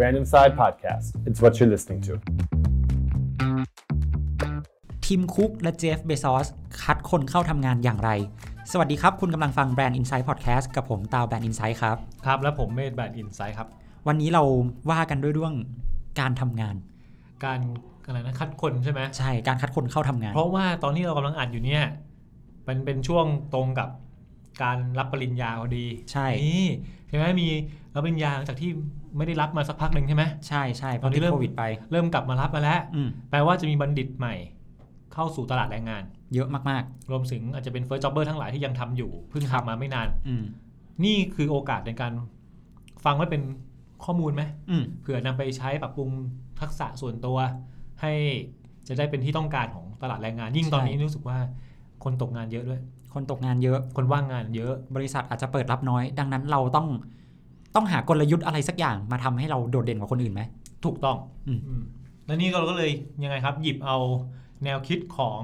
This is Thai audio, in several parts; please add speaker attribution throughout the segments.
Speaker 1: Random Side Podcast. It's what you're listening to.
Speaker 2: ทีมคุกและเจฟเบซอส คัดคนเข้าทำงานอย่างไร สวัสดีครับ คุณกำลังฟังแบรนด์ Insight Podcast กับผมตาวแบรนด์ Insight ครับ
Speaker 3: ครับ และผมเมธแบรนด์อินไซด์ครับ
Speaker 2: วันนี้เราว่ากันด้วยเรื่องการทำงาน
Speaker 3: การอะไรนะคัดคนใช่ไหม
Speaker 2: ใช่การคัดคนเข้าทำงาน
Speaker 3: เพราะว่าตอนที่เรากำลังอัดอยู่เนี่ยมันเป็นช่วงตรงกับการรับปริญญาพอดี
Speaker 2: ใช่
Speaker 3: นี่ใช่ไหมมีรับปริญญาหลังจากที่ไม่ได้รับมาสักพักหนึ่งใช่ไหม
Speaker 2: ใช่ใช่เพ
Speaker 3: ตอ
Speaker 2: ราะ
Speaker 3: นนี้
Speaker 2: ติด
Speaker 3: เริ่ม
Speaker 2: โควิดไป
Speaker 3: เริ่มกลับมารับมาแล้ว
Speaker 2: อืม
Speaker 3: แปลว่าจะมีบัณฑิตใหม่ เข้าสู่ตลาดแรงงาน
Speaker 2: เยอะมาก
Speaker 3: รวมถึงอาจจะเป็นเฟิร์สจ็อบเบอร์ทั้งหลายที่ยังทำอยู่เพิ่งทำมาไม่นาน
Speaker 2: ๆ อืม
Speaker 3: นี่คือโอกาสในการฟังไว้เป็นข้อมูลไหม
Speaker 2: อืม
Speaker 3: เผื่อนำไปใช้ปรับปรุงทักษะส่วนตัว ให้จะได้เป็นที่ต้องการของตลาดแรงงาน ยิ่งตอนนี้รู้สึกว่าคนตกงานเยอะด้วย
Speaker 2: คนตกงานเยอะ
Speaker 3: คนว่างงานเยอะ
Speaker 2: บริษัทอาจจะเปิดรับน้อย ดังนั้นเราต้องต้องหากลยุทธ์อะไรสักอย่างมาทำให้เราโดดเด่นกว่าคนอื่นไหม
Speaker 3: ถูกต้อง
Speaker 2: อืม
Speaker 3: อืมและนี่เราก็เลยยังไงครับ หยิบเอาแนวคิดของ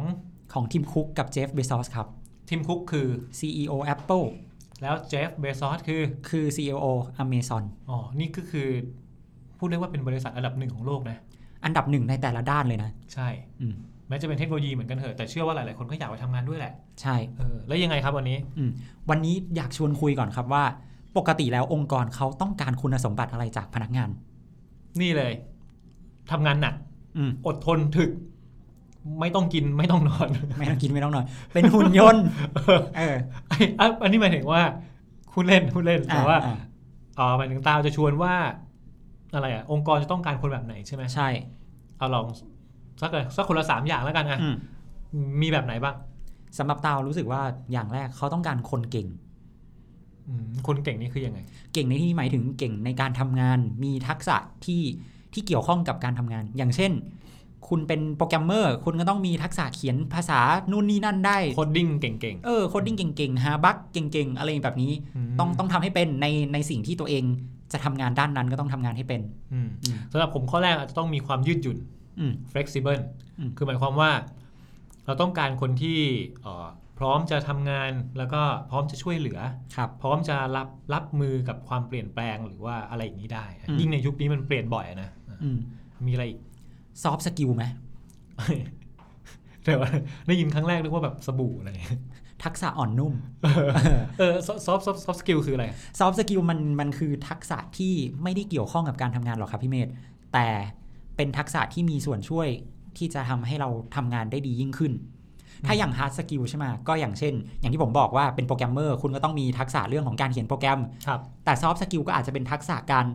Speaker 2: ของทีมคุกกับเจฟเบซอสครับ
Speaker 3: ทิมคุกคือ
Speaker 2: CEO Apple
Speaker 3: แล้วเจฟเบซอสคือ
Speaker 2: คือ CEO Amazon
Speaker 3: อ๋อนี่ก็คือ พูดได้ว่าเป็นบริษัทอันดับหนึ่งของโลกนะ
Speaker 2: อันดับหนึ่งในแต่ละด้านเลยนะ
Speaker 3: ใช่
Speaker 2: อืม
Speaker 3: แม้จะเป็นเทคโนโลยีเหมือนกันเถอะแต่เชื่อว่าหลาย ๆ คนก็อยากไปทำงานด้วยแหละ
Speaker 2: ใช่
Speaker 3: เออแล้วยังไงครับวันนี้
Speaker 2: อืมวันนี้อยากชวนคุยก่อนครับว่า ปกติแล้วองค์กรเขาต้องการคุณสมบัติอะไรจากพนักงาน
Speaker 3: นี่เลยทำงานหนัก
Speaker 2: อืม
Speaker 3: อดทนถึก ไม่ต้องกินไม่ต้องนอน
Speaker 2: ไม่ต้องกินไม่ต้องนอน เป็นหุ่นยนต์ เออ
Speaker 3: ไอ้อ่ะอันนี้หมายถึงว่าคุณเล่นคุณเล่น
Speaker 2: อ่
Speaker 3: แต่ว่า
Speaker 2: อ่
Speaker 3: อ๋อหมายถึงตาวจะชวนว่า อะไรอ่ะ องค์กรจะต้องการคนแบบไหนใช่ไหม
Speaker 2: ใช่
Speaker 3: เอาลองสักเลยสักคนละสามอย่างแล้วกันอ่ะ
Speaker 2: อืม
Speaker 3: มีแบบไหนบ้าง
Speaker 2: สำหรับตาวรู้สึกว่าอย่างแรกเขาต้องการคนเก่ง
Speaker 3: อืมคนเก่งนี่คือยังไง
Speaker 2: เก่งในที่นี้หมายถึงเก่งในการทำงาน มีทักษะที่ที่เกี่ยวข้องกับการทำงาน อย่างเช่น คุณเป็นโปรแกรมเมอร์ คุณก็ต้องมีทักษะเขียนภาษานู่นนี่นั่นได้
Speaker 3: โคดดิ้งเก่ง
Speaker 2: เออโคดดิ้งเก่งๆ หาบั๊กเก่งๆ อะไรแบบนี้
Speaker 3: ๆม
Speaker 2: ต้องต้องทำให้เป็นในในสิ่งที่ตัวเองจะทำงานด้านนั้นก็ต้องทำงานให้เป็น
Speaker 3: อืม
Speaker 2: อืม
Speaker 3: สำหรับผมข้อแรกอาจจะต้องมีความยืดหยุ่น
Speaker 2: อืม
Speaker 3: flexible
Speaker 2: อืม
Speaker 3: คือหมายความว่า เราต้องการคนที่เอ่อพร้อมจะทำงานแล้วก็พร้อมจะช่วยเหลือ
Speaker 2: ครับ
Speaker 3: พร้อมจะรับรับมือกับความเปลี่ยนแปลงหรือว่าอะไรอย่างนี้ได้
Speaker 2: อืม
Speaker 3: ยิ่งในยุคนี้มันเปลี่ยนบ่อยอะนะอ่ะ
Speaker 2: อืม
Speaker 3: มีอะไรอีก
Speaker 2: ซอฟต์สกิลไหม
Speaker 3: แต่ว่าได้ยินครั้งแรกนึกว่าแบบสบู่อะไร
Speaker 2: ทักษะอ่อนนุ่ม
Speaker 3: เออซอฟต์ซอฟต์ซอฟต์สกิลคืออะไร
Speaker 2: ซอฟต์สกิลมันมันคือทักษะที่ไม่ได้เกี่ยวข้องกับการทำงานหรอกครับพี่เมธแต่เป็นทักษะที่มีส่วนช่วยที่จะทำให้เราทำงานได้ดียิ่งขึ้น ถ้าอย่างฮาร์ดสกิลใช่ไหมก็อย่างเช่น อย่างที่ผมบอกว่าเป็นโปรแกรมเมอร์คุณก็ต้องมีทักษะเรื่องของการเขียนโปรแกรม
Speaker 3: ครับ
Speaker 2: แต่ซอฟต์สกิลก็อาจจะเป็นทักษะการ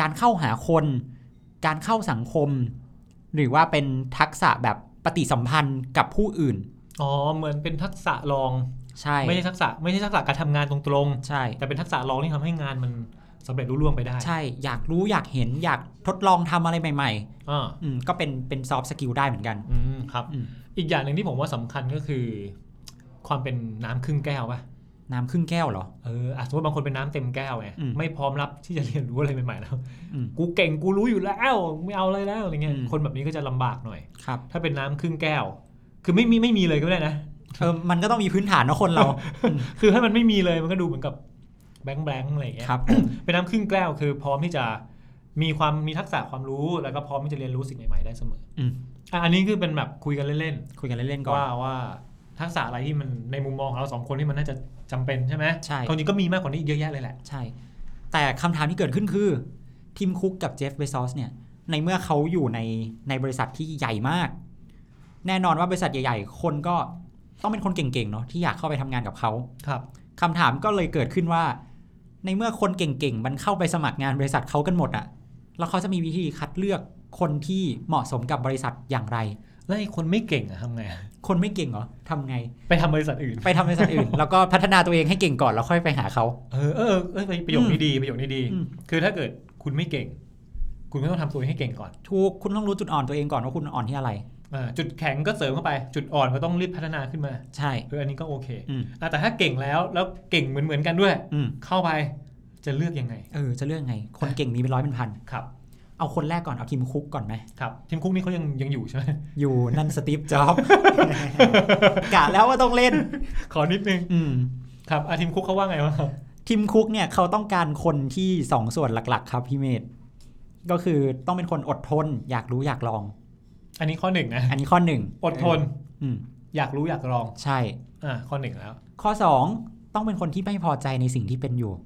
Speaker 2: การเข้าหาคน การเข้าสังคม หรือว่าเป็นทักษะแบบปฏิสัมพันธ์กับผู้อื่น
Speaker 3: อ๋อ เหมือนเป็นทักษะลอง
Speaker 2: ใช่
Speaker 3: ไม่ใช่ทักษะไม่ใช่ทักษะการทำงานตรง
Speaker 2: ใช่
Speaker 3: ๆ แต่เป็นทักษะลองที่ทำให้งานมันสำเร็จรุ่ล่วงไปได้
Speaker 2: ใช่อยากรู้อยากเห็นอยากทดลองทำอะไรใหม่
Speaker 3: อ่า
Speaker 2: ๆอืมก็เป็นเป็นซอฟต์สกิลได้เหมือนกัน
Speaker 3: อืมครับ
Speaker 2: อืม
Speaker 3: อีกอย่างหนึ่งที่ผมว่าสำคัญก็คือ ความเป็นน้ำครึ่งแก้วป่ะ
Speaker 2: น้ำครึ่งแก้วเหรอ
Speaker 3: เอออ่ะสมมติบางคนเป็นน้ำเต็มแก้วไง
Speaker 2: อืม
Speaker 3: ไม่พร้อมรับที่จะเรียนรู้อะไรใหม่ๆแล้ว
Speaker 2: อืม
Speaker 3: กูเก่งกูรู้อยู่แล้วไม่เอาอะไรแล้วอะไรเงี้ย
Speaker 2: อืม
Speaker 3: คนแบบนี้ก็จะลำบากหน่อย
Speaker 2: ครับ
Speaker 3: ถ้าเป็นน้ำครึ่งแก้ว คือไม่มีไม่มีเลยก็ไม่ได้นะ
Speaker 2: เออมันก็ต้องมีพื้นฐานเนอะ คนเรา
Speaker 3: คือให้มันไม่มีเลยมันก็ดูเหมือนกับแบงค์แบงค์อะไรอย่างเงี้ย
Speaker 2: ครับ
Speaker 3: เป็นน้ำครึ่งแก้วคือพร้อมที่จะมีความมีทักษะความรู้แล้วก็พร้อมที่จะเรียนรู้สิ่งใหม่ๆได้เสมอ
Speaker 2: อืม
Speaker 3: อ่ะอันนี้คือเป็นแบบคุยกันเล่น
Speaker 2: คุยกันเล่นๆ
Speaker 3: ๆ
Speaker 2: ก่อน
Speaker 3: ว่าว่าทักษะอะไรที่มันในมุมมองของเราสองคนที่มันน่าจะจำเป็นใช่ไหม
Speaker 2: ใช่
Speaker 3: ความจริงก็มีมากกว่านี้อีกเยอะแยะเลยแหละ
Speaker 2: ใช่ แต่คำถามที่เกิดขึ้นคือทีมคุกกับเจฟเบซอสเนี่ย ในเมื่อเขาอยู่ในในบริษัทที่ใหญ่มาก แน่นอนว่าบริษัทใหญ่ ๆ คนก็ต้องเป็นคนเก่งๆ เนาะที่อยากเข้าไปทำงานกับเขา
Speaker 3: ครับ
Speaker 2: คำถามก็เลยเกิดขึ้นว่า ในเมื่อคนเก่งๆ มันเข้าไปสมัครงานบริษัทเขากันหมดอะแล้วเขาจะมีวิธีคัดเลือกคนที่เหมาะสมกับบริษัทอย่างไร
Speaker 3: แล้วไอ้คนไม่เก่งอะทำไงอะ
Speaker 2: คนไม่เก่งเหรอทำไง
Speaker 3: ไปทำบริษัทอื่น
Speaker 2: ไปทำบริษัทอื่น แล้วก็พัฒนาตัวเองให้เก่งก่อนแล้วค่อยไปหาเขา
Speaker 3: เออเออเออประโยคนี้ดีประโยคนี้ดี
Speaker 2: อืม
Speaker 3: คือถ้าเกิดคุณไม่เก่ง คุณก็ต้องทำตัวเองให้เก่งก่อน
Speaker 2: ถูกคุณต้องรู้จุดอ่อนตัวเองก่อนว่าคุณอ่อนที่อะไร
Speaker 3: อาจุดแข็งก็เสริมเข้าไป จุดอ่อนก็ต้องรีบพัฒนาขึ้นมา
Speaker 2: ใช่
Speaker 3: เอออันนี้ก็โอเค
Speaker 2: อืม
Speaker 3: อ่ะแต่ถ้าเก่งแล้วแล้วเก่งเหมือนเหมือนๆกันด้วย
Speaker 2: อืม
Speaker 3: เข้าไปจะเลือกยังไง
Speaker 2: เออจะเลือกไง คนเก่งมีเป็นร้อยเป็นพัน
Speaker 3: ครับ
Speaker 2: เอาคนแรกก่อนเอาทีมคุกก่อนไหม
Speaker 3: ครับทีมคุกนี่เขายังยังอยู่ใช่ไหม
Speaker 2: อยู่นั่นสตีฟจ็ อบส์ กะแล้วว่าต้องเล่น
Speaker 3: ขอนิดนึง
Speaker 2: อืม
Speaker 3: ครับอาทีมคุกเขาว่าไงวะครับ
Speaker 2: ทีมคุกเนี่ยเขาต้องการคนที่สองส่วนหลัก ๆ ครับพี่เมธก็คือต้องเป็นคนอดทน อยากรู้อยากลอง
Speaker 3: อันนี้ข้อหนึ่งนะ
Speaker 2: อันนี้ข้อหนึ่ง
Speaker 3: อดทน
Speaker 2: อืม
Speaker 3: อยากรู้อยากลอง
Speaker 2: ใช่
Speaker 3: อ่า ข้อหนึ่งแล้ว
Speaker 2: ข้อสองต้องเป็นคนที่ไม่พอใจในสิ่งที่เป็นอยู่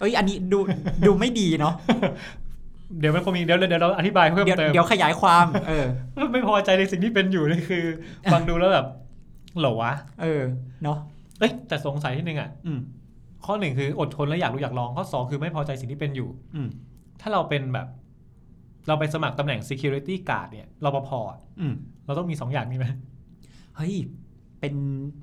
Speaker 2: เอ้ย อันนี้ดูดูไม่ดีเนาะ
Speaker 3: เดี๋ยวมันคงมีเดี๋ยวเดี๋ยวเราอธิบายเพิ่ม
Speaker 2: เดี๋ยว
Speaker 3: เติม
Speaker 2: เดี๋ยวขยายความ เออ
Speaker 3: ไม่พอใจในสิ่งที่เป็นอยู่นี่คือ ฟังดูแล้วแบบ เหรอวะ
Speaker 2: เออเนาะ
Speaker 3: เอ้ยแต่สงสัยที่หนึ่งอ่ะ
Speaker 2: อืม
Speaker 3: ข้อหนึ่งคืออดทนและอยากรู้อยากลอง ข้อสองคือไม่พอใจสิ่งที่เป็นอยู่
Speaker 2: อืม
Speaker 3: ถ้าเราเป็นแบบ เราไปสมัครตำแหน่ง security guard เนี่ยรปภอะ
Speaker 2: อืม
Speaker 3: เราต้องมีสองอย่างนี้ไหม
Speaker 2: เฮ้ย เป็น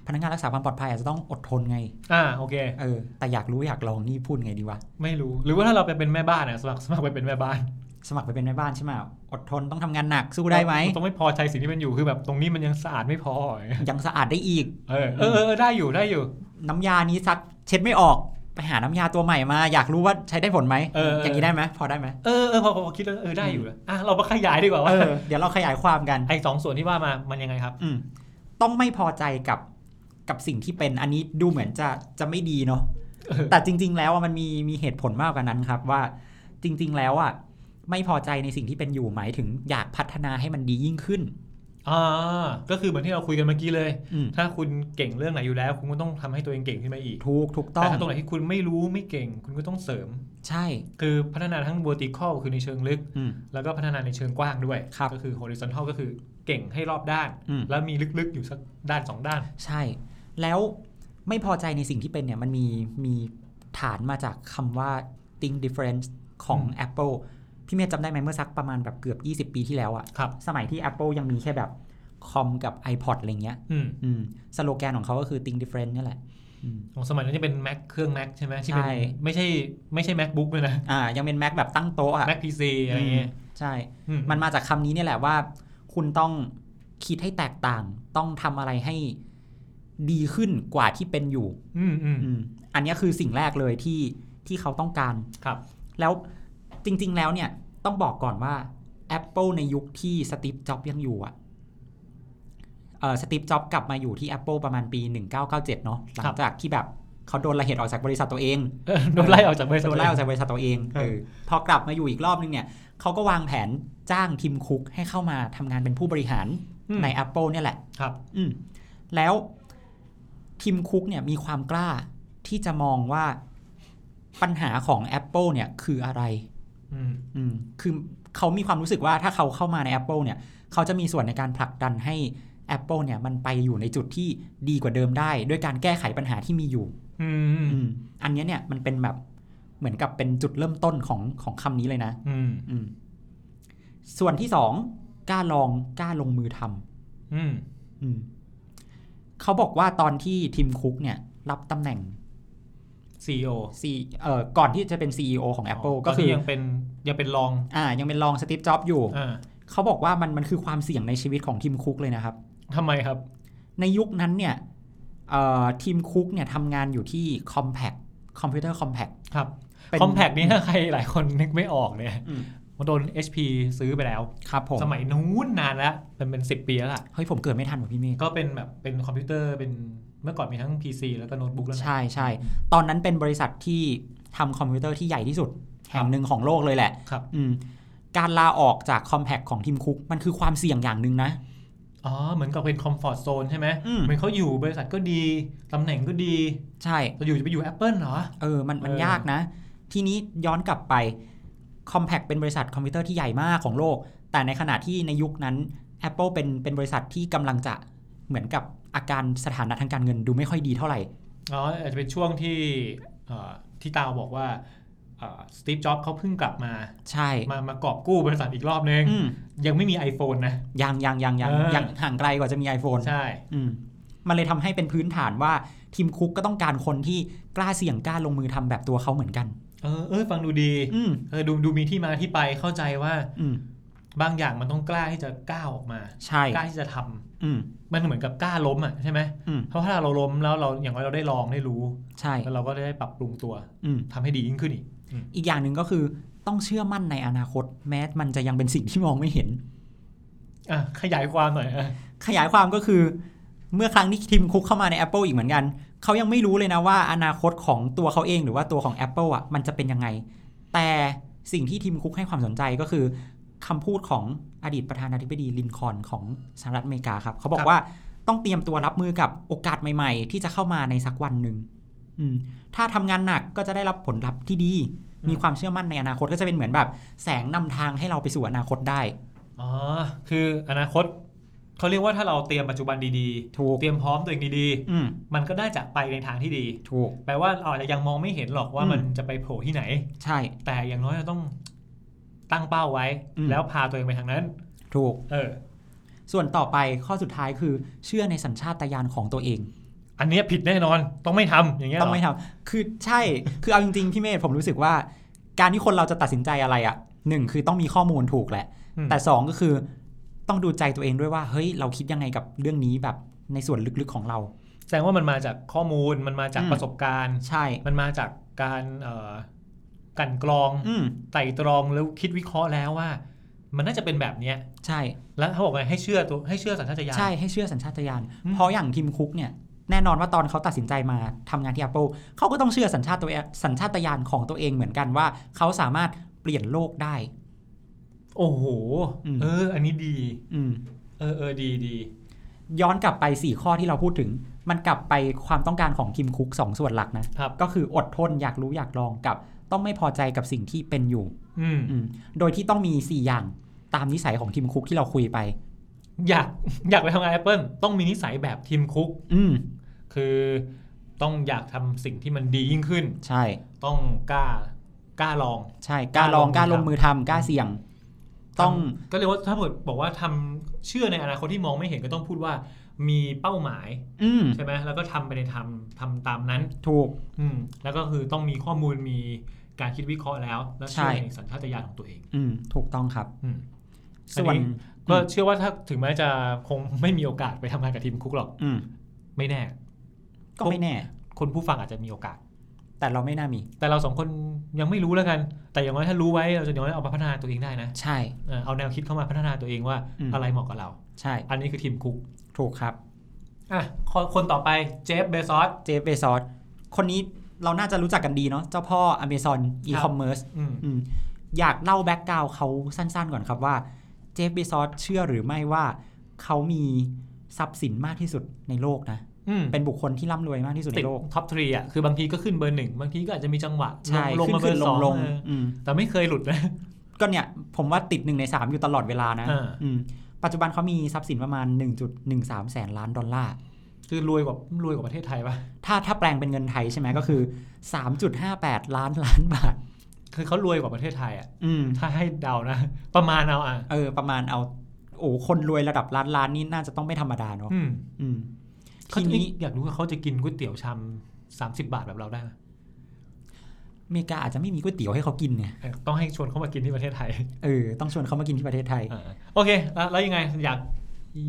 Speaker 2: พนักงานรักษาความปลอดภัยอาจจะต้องอดทนไง
Speaker 3: อ่าโอเค
Speaker 2: เออ แต่อยากรู้อยากลองนี่พูดไงดีวะ
Speaker 3: ไม่รู้ หรือว่าถ้าเราไปเป็นแม่บ้านอะสมัครสมัครไปเป็นแม่บ้าน
Speaker 2: สมัครไปเป็นแม่บ้านใช่ไหมอดทนต้องทำงานหนักสู้ได้ไหม
Speaker 3: เราต้องไม่พอใจสิ่งที่เป็นอยู่คือแบบตรงนี้มันยังสะอาดไม่พออย่างเงี้ย
Speaker 2: ยังสะอาดได้อีก
Speaker 3: เออเออเออเออได้อยู่ได้อยู่
Speaker 2: น้ำยานี้ซักเช็ดไม่ออก ไปหาน้ำยาตัวใหม่มา อยากรู้ว่าใช้ได้ผลไหม
Speaker 3: เออเออ
Speaker 2: ย่างนี้ได้ไหมพอได้ไหม
Speaker 3: เออเออพอพอพอคิดแล้วเออได้อยู่แล้วอ่ะเรามาขยายดีกว่าว่า
Speaker 2: เออเดี๋ยวเราขยายความกัน
Speaker 3: ไอ้สองส่วนที่ว่ามามันยังไงครับ
Speaker 2: อืมต้องไม่พอใจกับกับสิ่งที่เป็นอันนี้ดูเหมือนจะจะไม่ดีเนาะ
Speaker 3: เออ
Speaker 2: แต่จริง ๆ แล้วอะมันมีมีเหตุผลมากกว่านั้นครับว่าจริง ๆ แล้วอ่ะไม่พอใจในสิ่งที่เป็นอยู่หมายถึงอยากพัฒนาให้มันดียิ่งขึ้น
Speaker 3: อ่าก็คือเหมือนที่เราคุยกันเมื่อกี้เลย
Speaker 2: อืม
Speaker 3: ถ้าคุณเก่งเรื่องไหนอยู่แล้ว คุณก็ต้องทำให้ตัวเองเก่งขึ้นมาอีก
Speaker 2: ถูกถูกต้อ
Speaker 3: แต่
Speaker 2: ง
Speaker 3: ถ้าตรงไหนที่คุณไม่รู้ไม่เก่ง คุณก็ต้องเสริม
Speaker 2: ใช่
Speaker 3: คือพัฒนาทั้ง vertical คือในเชิงลึก
Speaker 2: อืม
Speaker 3: แล้วก็พัฒนาในเชิงกว้างด้วย
Speaker 2: ครับ
Speaker 3: ก็คือ horizontal ก็คือเก่งให้รอบด้าน
Speaker 2: อืม
Speaker 3: แล้วมีลึกๆอยู่สักด้านสองด้าน
Speaker 2: ใช่ แล้วไม่พอใจในสิ่งที่เป็นเนี่ยมันมีมีฐานมาจากคำว่า think difference ของ
Speaker 3: อืม
Speaker 2: Apple พี่เมย์จำได้ไหมเมื่อสักประมาณแบบเกือบ 20 ปีที่แล้วอะ
Speaker 3: ครับ
Speaker 2: สมัยที่ Apple ยังมีแค่แบบคอมกับ iPod อะไรเงี้ย
Speaker 3: อืม
Speaker 2: อืมสโลแกนของเขาก็คือ think different นี่แหละอืม
Speaker 3: ของสมัยนั้นจะเป็น Mac เครื่อง Mac ใช่ไหมที่เป็น
Speaker 2: ใช่
Speaker 3: ไม่ใช่ไม่ใช่ MacBook เลยนะ
Speaker 2: อ่ายังเป็น Mac แบบตั้งโต๊ะอะ
Speaker 3: Mac PC อะไรเงี้ย
Speaker 2: ใช่
Speaker 3: อืม
Speaker 2: มันมาจากคำนี้เนี่ยแหละว่า คุณต้องคิดให้แตกต่าง ต้องทำอะไรให้ดีขึ้นกว่าที่เป็นอยู่
Speaker 3: อืมอืม
Speaker 2: อืมอันเนี้ยคือสิ่งแรกเลยที่ที่เขาต้องการ
Speaker 3: ครับ
Speaker 2: แล้วจริง ๆ แล้วเนี่ยต้องบอกก่อนว่า Apple ในยุคที่สตีฟจ็อบยังอยู่อะเออสตีฟจ็อบกลับมาอยู่ที่ Apple ประมาณปี 1997 เนาะหลั
Speaker 3: ครั
Speaker 2: ง
Speaker 3: บ
Speaker 2: จากที่แบบเขาโดนระเหตุออกจากบริษัทตัวเอง
Speaker 3: เออโดนไล่ออกจากบริษัท
Speaker 2: โดนไล่ออกจากบริษัทตัวเอง
Speaker 3: เออ
Speaker 2: เออพอกลับมาอยู่อีกรอบนึงเนี่ยเขาก็วางแผนจ้างทีมคุกให้เข้ามาทำงานเป็นผู้บริหาร
Speaker 3: อืม
Speaker 2: ใน Apple เนี่ยแหละ
Speaker 3: ครับ
Speaker 2: อืมแล้วทีมคุกเนี่ยมีความกล้าที่จะมองว่าปัญหาของ Apple เนี่ยคืออะไร
Speaker 3: อืม
Speaker 2: อืมคือเขามีความรู้สึกว่าถ้าเขาเข้ามาใน Apple เนี่ย เขาจะมีส่วนในการผลักดันให้ Apple เนี่ยมันไปอยู่ในจุดที่ดีกว่าเดิมได้ ด้วยการแก้ไขปัญหาที่มีอยู่
Speaker 3: อืม
Speaker 2: อืมอันเนี้ยเนี่ยมันเป็นแบบเหมือนกับเป็นจุดเริ่มต้นของของคำนี้เลยนะ
Speaker 3: อืม
Speaker 2: อืมส่วนที่สองกล้าลองกล้าลงมือทำ
Speaker 3: อืม
Speaker 2: อืมเขาบอกว่าตอนที่ทีมคุกเนี่ย รับตำแหน่ง
Speaker 3: ซีโอ
Speaker 2: C เอ่อก่อนที่จะเป็น CEO ของ Apple ก็
Speaker 3: ตน
Speaker 2: คื
Speaker 3: นี้
Speaker 2: อ
Speaker 3: ยังเป็นยังเป็นรอง
Speaker 2: อ่ายังเป็นรองสตีฟจ็อบอยู่
Speaker 3: อ่า
Speaker 2: เขาบอกว่ามันมันคือความเสี่ยงในชีวิตของทีมคุกเลยนะครับ
Speaker 3: ทำไมครับ
Speaker 2: ในยุคนั้นเนี่ยเอ่อทีมคุกเนี่ยทำงานอยู่ที่ Compact คอมพิวเตอร์คอมแพค
Speaker 3: ครับ
Speaker 2: เป็น
Speaker 3: คอมแพกนี้ถ้ าใครหลายคนนึกไม่ออกเนี่ย
Speaker 2: อืม
Speaker 3: มันโดน HP ซื้อไปแล้ว
Speaker 2: ครับผม
Speaker 3: สมัยนู้นนานแล้วเป็นเป็นสิปีแล้วล่ะ
Speaker 2: เฮ้ยผมเกิดไม่ทันว่ะพี่เมฆ
Speaker 3: ก็เป็นแบบเป็นคอมพิวเตอร์เป็นเมื่อก่อนมีทั้ง PC แล้วก็โน้ตบุ๊กแล้วนะ
Speaker 2: ใช่ใช่ตอนนั้นเป็นบริษัทที่ทำคอมพิวเตอร์ที่ใหญ่ที่สุด แห่งหนึ่งของโลกเลยแหละ
Speaker 3: ครับ
Speaker 2: อืมการลาออกจากคอมแพคของทีมคุกมันคือความเสี่ยงอย่างหนึ่งนะ
Speaker 3: อ๋อเหมือนกับเป็นคอมฟอร์ z โซนใช่ไหม
Speaker 2: อืม
Speaker 3: เหมือนเขาอยู่บริษัทก็ดี ตำแหน่งก็ดี
Speaker 2: ใช่
Speaker 3: จะอยู่จะไปอยู่ Apple เหรอ
Speaker 2: เออ มัน มัน
Speaker 3: เออ
Speaker 2: ยากนะ ทีนี้ย้อนกลับไป Compact เป็นบริษัทคอมพิวเตอร์ที่ใหญ่มากของโลก แต่ในขณะที่ในยุคนั้น Apple เป็น เป็นบริษัทที่กำลังจะเหมือนกับอาการสถานะทางการเงินดูไม่ค่อยดีเท่าไหร่
Speaker 3: อ๋ออาจจะเป็นช่วงที่เอ่อที่ตาวบอกว่าสตีฟจ็อบเขาเพิ่งกลับมา
Speaker 2: ใช่
Speaker 3: มามากอบกู้บริษัทอีกรอบนึง
Speaker 2: อืม
Speaker 3: ยังไม่มี iPhone นะ
Speaker 2: ยังยังยังยัง
Speaker 3: เออ
Speaker 2: ยังห่างไกลกว่าจะมี iPhone
Speaker 3: ใช่
Speaker 2: อืมมันเลยทำให้เป็นพื้นฐานว่าทีมคุกก็ต้องการคนที่กล้าเสี่ยงกล้าลงมือทำแบบตัวเขาเหมือนกัน
Speaker 3: เออเออฟังดูดี
Speaker 2: อืม
Speaker 3: เออดูดูมีที่มาที่ไปเข้าใจว่า
Speaker 2: อืม
Speaker 3: บางอย่างมันต้องกล้าที่จะก้าวออกมา
Speaker 2: ใช่
Speaker 3: กล้าที่จะทำ
Speaker 2: อืม
Speaker 3: มันเหมือนกับกล้าล้มอ่ะใช่ไหม
Speaker 2: อืม
Speaker 3: เพราะถ้าเราล้มแล้วเราอย่างน้อยเราได้ลองได้รู้
Speaker 2: ใช่
Speaker 3: แล้วเราก็ได้ปรับปรุงตัว
Speaker 2: อืม
Speaker 3: ทำให้ดียิ่งขึ้นอีก
Speaker 2: อีกอย่างหนึ่งก็คือ ต้องเชื่อมั่นในอนาคต แม้มันจะยังเป็นสิ่งที่มองไม่เห็น
Speaker 3: อ่ะขยายความหน่อยอ่ะ
Speaker 2: ขยายความก็คือเมื่อครั้งที่ทีมคุกเข้ามาใน Apple อีกเหมือนกัน เขายังไม่รู้เลยนะว่าอนาคตของตัวเขาเองหรือว่าตัวของ Apple อ่ะมันจะเป็นยังไง แต่สิ่งที่ทีมคุกให้ความสนใจก็คือคำพูดของอดีตประธานาธิบดีลินคอล์นของสหรัฐอเมริกาครับ เขาบอกว่าต้องเตรียมตัวรับมือกับโอกาสใหม่ๆ ที่จะเข้ามาในสักวันหนึ่งอืมถ้าทำงานหนักก็จะได้รับผลลัพธ์ที่ดี มีความเชื่อมั่นในอนาคตก็จะเป็นเหมือนแบบ แสงนำทางให้เราไปสู่อนาคตได้
Speaker 3: อ๋อคืออนาคตเขาเรียกว่าถ้าเราเตรียมปัจจุบันดี
Speaker 2: ถูก
Speaker 3: ๆ เตรียมพร้อมตัวเองดี
Speaker 2: อืม
Speaker 3: ๆ มันก็น่าจะไปในทางที่ดี
Speaker 2: ถูก
Speaker 3: แปลว่าเราอาจจะยังมองไม่เห็นหรอกว่า
Speaker 2: อืม
Speaker 3: มันจะไปโผล่ที่ไหน
Speaker 2: ใช่
Speaker 3: แต่อย่างน้อยเราต้องตั้งเป้าไว้
Speaker 2: อืม
Speaker 3: แล้วพาตัวเองไปทางนั้น
Speaker 2: ถูก
Speaker 3: เออ
Speaker 2: ส่วนต่อไปข้อสุดท้ายคือเชื่อในสัญชาตญาณของตัวเอง
Speaker 3: อันเนี้ยผิดแน่นอนต้องไม่ทำอย่างเงี้ยเหร
Speaker 2: ต้องไม่ทำคือใช่ คือเอาจริงๆพี่เมธผมรู้สึกว่า การที่คนเราจะตัดสินใจอะไรอะ่ะหนึ่งคือต้องมีข้อมูลถูกแหละ
Speaker 3: อืม
Speaker 2: แต่สองก็คือต้องดูใจตัวเองด้วยว่า เฮ้ย เราคิดยังไงกับเรื่องนี้แบบในส่วนลึกๆของเรา
Speaker 3: แสดงว่ามันมาจากข้อมูลมันมาจาก
Speaker 2: อืม
Speaker 3: ประสบการณ์
Speaker 2: ใช่
Speaker 3: มันมาจากการเอ่อกลันกรอง
Speaker 2: อืม
Speaker 3: ไตร่ตรองแล้วคิดวิเคราะห์แล้วว่า มันน่าจะเป็นแบบเนี้ย
Speaker 2: ใช่
Speaker 3: แล้วเขาบอกไงให้เชื่อตัวให้เชื่อสัญชาตญาณ
Speaker 2: ใช่ให้เชื่อสัญชาตญาณ
Speaker 3: อืม
Speaker 2: เพราะอย่างทีมคุกเนี่ยแน่นอนว่าตอนเขาตัดสินใจมาทำงานที่ Apple เขาก็ต้องเชื่อสัญชาตตัวเองสัญชาตญาณของตัวเองเหมือนกันว่า เขาสามารถเปลี่ยนโลกได้
Speaker 3: โอ้โห
Speaker 2: อืม
Speaker 3: เออ อันนี้ดี
Speaker 2: อืม
Speaker 3: เออเออดีดี
Speaker 2: ย้อนกลับไป 4 ข้อที่เราพูดถึง มันกลับไปความต้องการของคิมคุก 2 ส่วนหลักนะ
Speaker 3: ครับ
Speaker 2: ก็คืออดทนอยากรู้อยากลองกับ ต้องไม่พอใจกับสิ่งที่เป็นอยู่
Speaker 3: อืม
Speaker 2: อืมโดยที่ต้องมี 4 อย่างตามนิสัยของคิมคุกที่เราคุยไป
Speaker 3: อยากอยากไปทำงาน Apple ต้องมีนิสัยแบบทีมคุก
Speaker 2: อืม
Speaker 3: คือต้องอยากทำสิ่งที่มันดียิ่งขึ้น
Speaker 2: ใช่
Speaker 3: ต้องกล้า กล้าลอง
Speaker 2: ใช่กล้าลองก
Speaker 3: ก
Speaker 2: ล้า
Speaker 3: ล้า
Speaker 2: ล
Speaker 3: ล
Speaker 2: ง
Speaker 3: งมื
Speaker 2: มือ
Speaker 3: อ
Speaker 2: ทำ
Speaker 3: ทำ
Speaker 2: กล้าเสี่ยง ต้อง
Speaker 3: ทำก็เรียกว่าถ้าเกิดบอกว่าทำเชื่อในอนาคตที่มองไม่เห็นก็ต้องพูดว่ามีเป้าหมาย
Speaker 2: อืม
Speaker 3: ใช่ไหมแล้วก็ทำไปในทำทำตามนั้น
Speaker 2: ถูก
Speaker 3: อืมแล้วก็คือต้องมีข้อมูลมีการคิดวิเคราะห์แล้ว แล้วเชื่อในสัญชาตญาณของตัวเอง
Speaker 2: อืมถูกต้องครับ
Speaker 3: อืม อันนี้
Speaker 2: ส่วน
Speaker 3: ก็เชื่อว่าถ้าถึงแม้จะคงไม่มีโอกาสไปทำงานกับทีมคุกหรอก
Speaker 2: อืม
Speaker 3: ไม่แน่
Speaker 2: ก็ไม่แน่
Speaker 3: คนผู้ฟังอาจจะมีโอกาส
Speaker 2: แต่เราไม่น่ามี
Speaker 3: แต่เราสองคนยังไม่รู้แล้วกัน แต่อย่างน้อยถ้ารู้ไว้เราจะอย่างน้อยเอามาพัฒนาตัวเองได้นะ
Speaker 2: ใช่
Speaker 3: เออเอาแนวคิดเข้ามาพัฒนาตัวเองว่า
Speaker 2: อืม
Speaker 3: อะไรเหมาะกับเรา
Speaker 2: ใช่
Speaker 3: อันนี้คือทีมคุก
Speaker 2: ถูกครับ
Speaker 3: อ่ะคนคนต่อไปเจฟเบซอส
Speaker 2: เจฟเบซอสคนนี้เราน่าจะรู้จักกันดีเนาะเจ้าพ่อ Amazon
Speaker 3: ครับ
Speaker 2: e-commerce
Speaker 3: อืม
Speaker 2: อืมอยากเล่าแบ็กกราวเขาสั้นๆก่อนครับว่าเจฟเบซอสเชื่อหรือไม่ว่าเขามีทรัพย์สินมากที่สุดในโลกนะ
Speaker 3: อืม
Speaker 2: เป็นบุคคลที่ร่ำรวยมากที่สุด
Speaker 3: ติ
Speaker 2: ใน
Speaker 3: ด
Speaker 2: โลก
Speaker 3: ท็อปทรีอ่ะคือบางทีก็ขึ้นเบอร์หนึ่งบางทีก็อาจจะมีจังหวะ
Speaker 2: ใช่
Speaker 3: ลงลงมาเบอร์สอง
Speaker 2: ลง
Speaker 3: เออ
Speaker 2: อืม
Speaker 3: แต่ไม่เคยหลุดนะ
Speaker 2: ก็เนี่ยผมว่าติดหนึ่งในสามอยู่ตลอดเวลานะ
Speaker 3: อ่า
Speaker 2: อืมปัจจุบันเขามีทรัพย์สินประมาณ 1.13 แสนล้านดอลลาร์
Speaker 3: คือรวยกว่ารวยกว่าประเทศไทยปะ
Speaker 2: ถ้าถ้าแปลงเป็นเงินไทยใช่ไหมก็คือ 3.58 ล้านล้านบาท
Speaker 3: คือเขารวยกว่าประเทศไทยอ่ะ
Speaker 2: อืม
Speaker 3: ถ้าให้เดานะ ประมาณเอาอ่ะ
Speaker 2: เออ ประมาณเอา โอ้คนรวยระดับล้านล้านนี่น่าจะต้องไม่ธรรมดาเนาะ
Speaker 3: อืม
Speaker 2: อืม
Speaker 3: เขา
Speaker 2: ที
Speaker 3: จะ
Speaker 2: นี้
Speaker 3: อยากรู้ว่าเขาจะกินก๋วยเตี๋ยวชามสามสิบาทแบบเราได้ไหม
Speaker 2: อเมริกาอาจจะไม่มีก๋วยเตี๋ยวให้เขากินเนี่ย
Speaker 3: เออต้องให้ชวนเขามากินที่ประเทศไทย
Speaker 2: เออต้องชวนเขามากินที่ประเทศไทย
Speaker 3: อ่าโอเคแล้วแล้วยังไงอยาก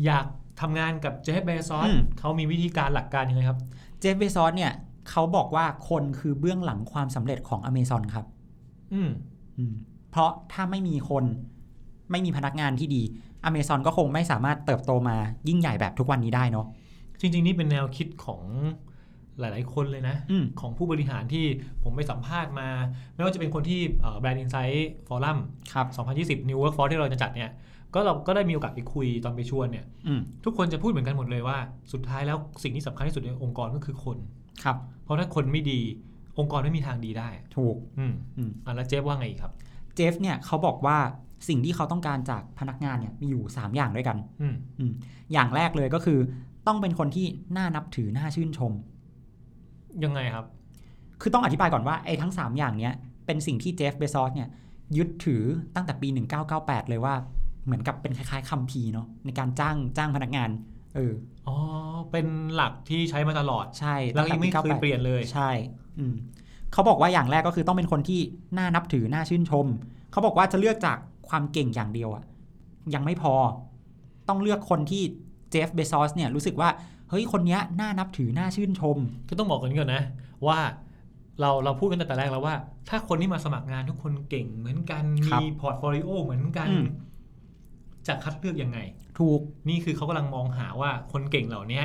Speaker 3: อยากทำงานกับเจฟเบซอ
Speaker 2: อื
Speaker 3: ส
Speaker 2: ม
Speaker 3: เขามีวิธีการหลักการยังไงครับ
Speaker 2: เจฟเบซอสเนี่ยเขาบอกว่าคนคือเบื้องหลังความสำเร็จของอเมซอนครับ
Speaker 3: อืม
Speaker 2: อืม เพราะถ้าไม่มีคนไม่มีพนักงานที่ดีอเมซอนก็คงไม่สามารถเติบโตมายิ่งใหญ่แบบทุกวันนี้ได้เนาะ
Speaker 3: จริง ๆ นี่เป็นแนวคิดของหลาย ๆ คนเลยนะ
Speaker 2: อืม
Speaker 3: ของผู้บริหารที่ผมไปสัมภาษณ์มา ไม่ว่าจะเป็นคนที่แบรนด์อินไซต์ฟอรัม
Speaker 2: ครับ
Speaker 3: 2020 New Workforce ที่เราจะจัดเนี่ย ก็เราก็ได้มีโอกาสไปคุยตอนไปชวนเนี่ย
Speaker 2: อืม
Speaker 3: ทุกคนจะพูดเหมือนกันหมดเลยว่า สุดท้ายแล้วสิ่งที่สำคัญที่สุดในองค์กรก็คือคน
Speaker 2: ครับ
Speaker 3: เพราะถ้าคนไม่ดีองค์กรไม่มีทางดีได้
Speaker 2: ถูก
Speaker 3: อืม
Speaker 2: อืม
Speaker 3: อ่ะแล้วเจฟว่าไงอีกครับ
Speaker 2: เจฟเนี่ยเขาบอกว่าสิ่งที่เขาต้องการจากพนักงานเนี่ยมีอยู่สามอย่างด้วยกัน
Speaker 3: อืม
Speaker 2: อย่างแรกเลยก็คือต้องเป็นคนที่น่านับถือน่าชื่นชม
Speaker 3: ยังไงครับ
Speaker 2: คือต้องอธิบายก่อนว่าไอ้ทั้ง 3 อย่างเนี้ยเป็นสิ่งที่เจฟเบซอสเนี่ยยึดถือตั้งแต่ปี 1998 เลยว่าเหมือนกับเป็นคล้ายๆคัมภีร์เนาะในการจ้างจ้างพนักงานเออ
Speaker 3: อ๋อ เป็นหลักที่ใช้มาตลอด
Speaker 2: ใช่
Speaker 3: แล้วยังไม่
Speaker 2: ตั้
Speaker 3: เคย
Speaker 2: แต่
Speaker 3: เปลี่ยนเลย
Speaker 2: ใช่อืมเขาบอกว่าอย่างแรกก็คือต้องเป็นคนที่น่านับถือน่าชื่นชม เขาบอกว่าจะเลือกจากความเก่งอย่างเดียวอะยังไม่พอ ต้องเลือกคนที่เจฟเบซอสเนี่ยรู้สึกว่าเฮ้ยคนเนี้ยน่านับถือน่าชื่นชม
Speaker 3: ก็ต้องบอกกันก่อนนะ ว่า เราเราพูดกันตั้งแต่แรกแล้วว่า ถ้าคนที่มาสมัครงานทุกคนเก่งเหมือนกัน
Speaker 2: ครับ
Speaker 3: มีพอร์ตโฟลิโอเหมือนกัน
Speaker 2: อืม
Speaker 3: จะคัดเลือกยังไง
Speaker 2: ถูก
Speaker 3: นี่คือเขากำลังมองหาว่าคนเก่งเหล่านี้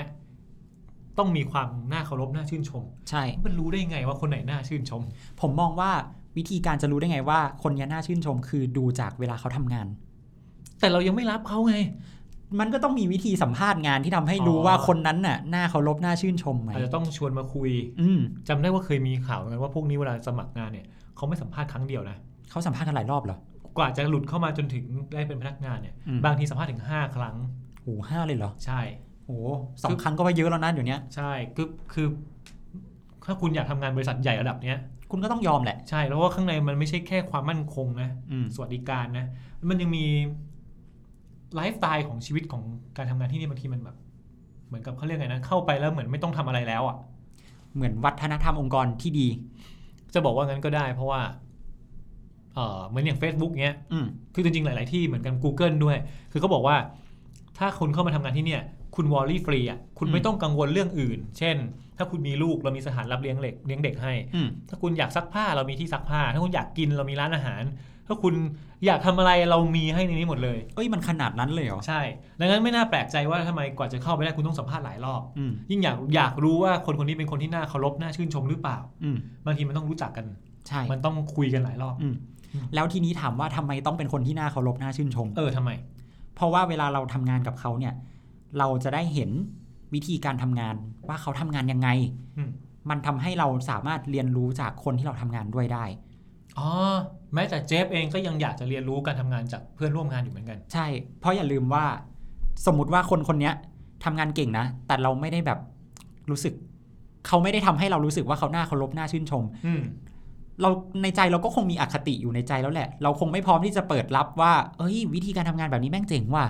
Speaker 3: ต้องมีความน่าเคารพน่าชื่นชม
Speaker 2: ใช่
Speaker 3: มันรู้ได้ไงว่าคนไหนน่าชื่นชม
Speaker 2: ผมมองว่าวิธีการจะรู้ได้ไงว่า คนเนี้ยน่าชื่นชมคือดูจากเวลาเขาทำงาน
Speaker 3: แต่เรายังไม่รับเขาไง
Speaker 2: มันก็ต้องมีวิธีสัมภาษณ์งานที่ทำให้รู้
Speaker 3: อ๋อ
Speaker 2: ว่าคนนั้นน่ะหน้าเคารพหน้าชื่นชมไหม
Speaker 3: อาจจะต้องชวนมาคุย
Speaker 2: อืม
Speaker 3: จำได้ว่าเคยมีข่าวเหมือนกันว่าพวกนี้เวลาสมัครงานเนี่ยเขาไม่สัมภาษณ์ครั้งเดียวนะ
Speaker 2: เขาสัมภาษณ์กันหลายรอบเหรอ
Speaker 3: กว่าจะหลุดเข้ามาจนถึงได้เป็นพนักงานเนี่ย
Speaker 2: อืม
Speaker 3: บางทีสัมภาษณ์ถึง 5 ครั้ง
Speaker 2: โหห้าเลยเหรอ
Speaker 3: ใช่
Speaker 2: โหสองครั้งก็ว่าเยอะแล้วนะเดี๋ยวนี้
Speaker 3: ใช่คือคือถ้าคุณอยากทำงานบริษัทใหญ่ระดับเนี้ย
Speaker 2: คุณก็ต้องยอมแหละ
Speaker 3: ใช่แล้วว่าข้างในมันไม่ใช่แค่ความมั่นคงนะ
Speaker 2: อืม
Speaker 3: สวัสดิการนะ มันยังมีไลฟ์สไตล์ของชีวิตของการทำงานที่นี่บางทีมันแบบ เหมือนกับเขาเรียกไงนะ เข้าไปแล้วเหมือนไม่ต้องทำอะไรแล้วอ่ะ
Speaker 2: เหมือนวัฒนธรรมองค์กรที่ดี
Speaker 3: จะบอกว่างั้นก็ได้เพราะว่า เออเหมือนอย่าง Facebook เนี้ย
Speaker 2: อืม
Speaker 3: คือจริงๆ หลาย ๆ ที่เหมือนกัน Google ด้วย คือเขาบอกว่า ถ้าคุณเข้ามาทำงานที่เนี่ย คุณวอลลี่ฟรีอ่ะ คุณไม่ต้องกังวลเรื่องอื่น เช่น ถ้าคุณมีลูกเรามีสถานรับเลี้ยงเด็กเลี้ยงเด็กให้
Speaker 2: อืม
Speaker 3: ถ้าคุณอยากซักผ้าเรามีที่ซักผ้า ถ้าคุณอยากกินเรามีร้านอาหาร ถ้าคุณอยากทำอะไรเรามีให้ในนี้หมดเลย
Speaker 2: เอ้ยมันขนาดนั้นเลยเหรอ
Speaker 3: ใช่ ดังนั้นไม่น่าแปลกใจว่าทำไมกว่าจะเข้าไปได้คุณต้องสัมภาษณ์หลายรอบ
Speaker 2: อืม
Speaker 3: ยิ่งอยากอยากรู้ว่าคนคนนี้เป็นคนที่น่าเคารพน่าชื่นชมหรือเปล่า
Speaker 2: อืม
Speaker 3: บางทีมันต้องรู้จักกัน
Speaker 2: ใช่
Speaker 3: มันต้องคุยกันหลายรอบ
Speaker 2: อืมแล้วทีนี้ถามว่าทำไมต้องเป็นคนที่น่าเคารพน่าชื่นชม
Speaker 3: เออทำไม
Speaker 2: เพราะว่าเวลาเราทำงานกับเขาเนี่ย เราจะได้เห็นวิธีการทำงานว่าเขาทำงานยังไง
Speaker 3: อืม
Speaker 2: มันทำให้เราสามารถเรียนรู้จากคนที่เราทำงานด้วยได้
Speaker 3: อ๋อ แม้แต่เจฟเองก็ยังอยากจะเรียนรู้การทำงานจากเพื่อนร่วมงานอยู่เหมือนกัน
Speaker 2: ใช่ เพราะอย่าลืมว่า สมมติว่าคนคนเนี้ยทำงานเก่งนะ แต่เราไม่ได้แบบรู้สึก เขาไม่ได้ทำให้เรารู้สึกว่าเขาหน้าเคารพหน้าชื่นชม
Speaker 3: อืม
Speaker 2: เราในใจเราก็คงมีอคติอยู่ในใจแล้วแหละ เราคงไม่พร้อมที่จะเปิดรับว่า เอ้ย วิธีการทำงานแบบนี้แม่งเจ๋งว่ะ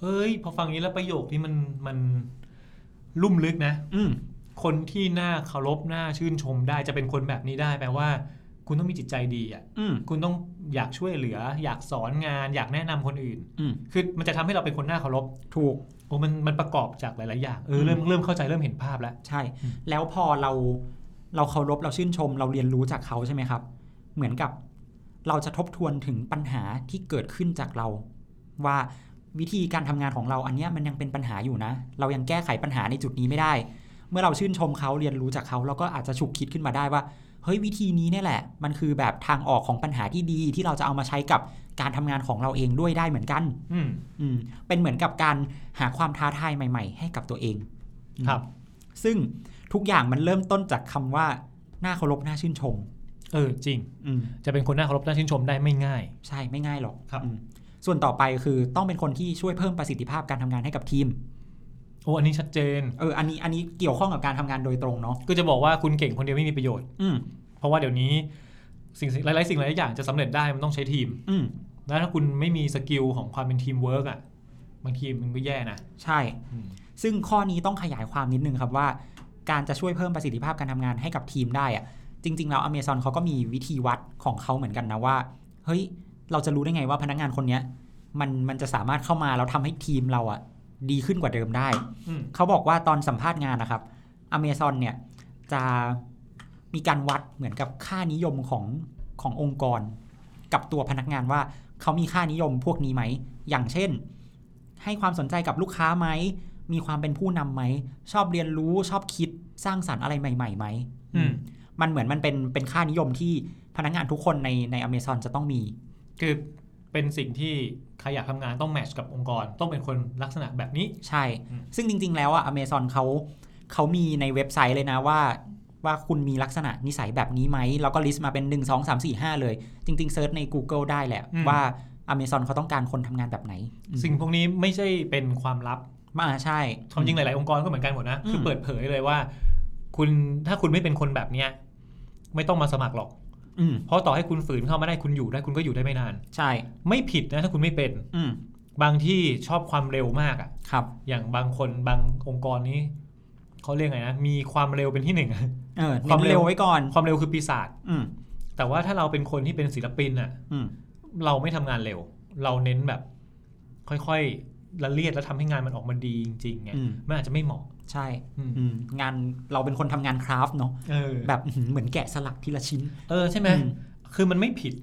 Speaker 3: เฮ้ย พอฟังนี้แล้วประโยคนี้มันมันลุ่มลึกนะ
Speaker 2: อืม
Speaker 3: คนที่น่าเคารพน่าชื่นชมได้จะเป็นคนแบบนี้ได้แปลว่า คุณต้องมีจิตใจดีอ่ะ
Speaker 2: อืม
Speaker 3: คุณต้องอยากช่วยเหลือ อยากสอนงาน อยากแนะนำคนอื่น
Speaker 2: อืม
Speaker 3: คือมันจะทำให้เราเป็นคนน่าเคารพ
Speaker 2: ถูก
Speaker 3: โอ้มันมันประกอบจากหลายๆอย่างเออเริ่มเริ่มเข้าใจเริ่มเห็นภาพแล้ว
Speaker 2: ใช่
Speaker 3: อืม
Speaker 2: แล้วพอเราเราเคารพเราชื่นชม เราเรียนรู้จากเขาใช่ไหมครับ เหมือนกับเราจะทบทวนถึงปัญหาที่เกิดขึ้นจากเรา ว่าวิธีการทำงานของเราอันเนี้ยมันยังเป็นปัญหาอยู่นะ เรายังแก้ไขปัญหาในจุดนี้ไม่ได้ เมื่อเราชื่นชมเขาเรียนรู้จากเขาเราก็อาจจะฉุกคิดขึ้นมาได้ว่า เฮ้ยวิธีนี้เนี่ยแหละ มันคือแบบทางออกของปัญหาที่ดีที่เราจะเอามาใช้กับการทำงานของเราเองด้วยได้เหมือนกัน
Speaker 3: อืม
Speaker 2: อืมเป็นเหมือนกับการหาความท้าทายใหม่ ๆ ให้กับตัวเอง
Speaker 3: ครับ
Speaker 2: ซึ่งทุกอย่างมันเริ่มต้นจากคำว่าน่าเคารพน่าชื่นชม
Speaker 3: เออจริง
Speaker 2: อืม
Speaker 3: จะเป็นคนน่าเคารพน่าชื่นชมได้ไม่ง่าย
Speaker 2: ใช่ไม่ง่ายหรอก
Speaker 3: ครับ
Speaker 2: อืมส่วนต่อไปคือต้องเป็นคนที่ช่วยเพิ่มประสิทธิภาพการทำงานให้กับทีม
Speaker 3: โอ้อันนี้ชัดเจน
Speaker 2: เอออันนี้อันนี้เกี่ยวข้องกับการทำงานโดยตรงเนาะ
Speaker 3: ก็จะบอกว่าคุณเก่งคนเดียวไม่มีประโยชน์
Speaker 2: อืม
Speaker 3: เพราะว่าเดี๋ยวนี้สิ่งสิ่งหลายๆสิ่งหลายๆอย่างจะสำเร็จได้มันต้องใช้ทีม
Speaker 2: อืม
Speaker 3: แล้วถ้าคุณไม่มีสกิลของความเป็นทีมเวิร์กอ่ะบางทีมันก็แย่นะ
Speaker 2: ใช่ ซึ่งข้อนี้ต้องขยายความนิดนึงครับว่า การจะช่วยเพิ่มประสิทธิภาพการทำงานให้กับทีมได้อะจริง ๆ แล้วอเมซอนเขาก็มีวิธีวัดของเขาเหมือนกันนะว่า เฮ้ย เราจะรู้ได้ไงว่าพนักงานคนเนี้ยมันมันจะสามารถเข้ามาแล้วทำให้ทีมเราอะดีขึ้นกว่าเดิมได้
Speaker 3: อืม
Speaker 2: เขาบอกว่าตอนสัมภาษณ์งานนะครับอเมซอนเนี่ยจะมีการวัดเหมือนกับค่านิยมของขององค์กร กับตัวพนักงานว่าเขามีค่านิยมพวกนี้ไหม อย่างเช่น ให้ความสนใจกับลูกค้าไหม มีความเป็นผู้นำไหม ชอบเรียนรู้ชอบคิดสร้างสารรค์อะไรใหม่ๆไหม
Speaker 3: อืม
Speaker 2: มันเหมือนมันเป็นเป็นค่านิยมที่พนักงานทุกคนในในอเมซอนจะต้องมี
Speaker 3: คือเป็นสิ่งที่ใครอยากทำงานต้องแมทช์กับองค์กร ต้องเป็นคนลักษณะแบบนี้
Speaker 2: ใช่
Speaker 3: อืม
Speaker 2: ซึ่งจริง ๆ แล้วอะ Amazon เขาเขามีในเว็บไซต์เลยนะว่า ว่าคุณมีลักษณะนิสัยแบบนี้ไหม แล้วก็ลิสต์มาเป็น 1 2 3 4 5 เลย จริง ๆ เซิร์ชใน Google ได้แหละ ว่า Amazon เขาต้องการคนทำงานแบบไหน
Speaker 3: สิ่งพวกนี้ไม่ใช่เป็นความลับ
Speaker 2: มาใช่
Speaker 3: ความจริงหลายๆองค์กรก็เหมือนกันหมดนะ
Speaker 2: อืม
Speaker 3: คือเปิดเผยเลยว่า คุณถ้าคุณไม่เป็นคนแบบเนี้ยไม่ต้องมาสมัครหรอก
Speaker 2: อืม
Speaker 3: เพราะต่อให้คุณฝืนเข้ามาได้คุณอยู่ได้คุณก็อยู่ได้ไม่นาน
Speaker 2: ใช่
Speaker 3: ไม่ผิดนะถ้าคุณไม่เป็น
Speaker 2: อืม
Speaker 3: บางที่ชอบความเร็วมากอ่ะ
Speaker 2: ครับ
Speaker 3: อย่างบางคนบางองค์กรนี้เขาเรียกไงนะ มีความเร็วเป็นที่หนึ่ง
Speaker 2: เออ
Speaker 3: ความ
Speaker 2: เน้น
Speaker 3: เร็
Speaker 2: เร็
Speaker 3: ว
Speaker 2: วไว้ก่อน
Speaker 3: ความเร็วคือปีศาจ
Speaker 2: อืม
Speaker 3: แต่ว่าถ้าเราเป็นคนที่เป็นศิลปินอ่ะ
Speaker 2: อืม
Speaker 3: เราไม่ทำงานเร็ว เราเน้นแบบ ค่อยๆ ละเลียดแล้วทำให้งานมันออกมาดีจริงๆไง
Speaker 2: อืม
Speaker 3: มันอาจจะไม่เหมาะ
Speaker 2: ใช่
Speaker 3: อืม
Speaker 2: อืมงานเราเป็นคนทำงานคราฟต์เนาะ
Speaker 3: เออ
Speaker 2: แบบอื้อหือเหมือนแกะสลักทีละชิ้น
Speaker 3: เออใช่ไหม
Speaker 2: อืม
Speaker 3: คือมันไม่ผิด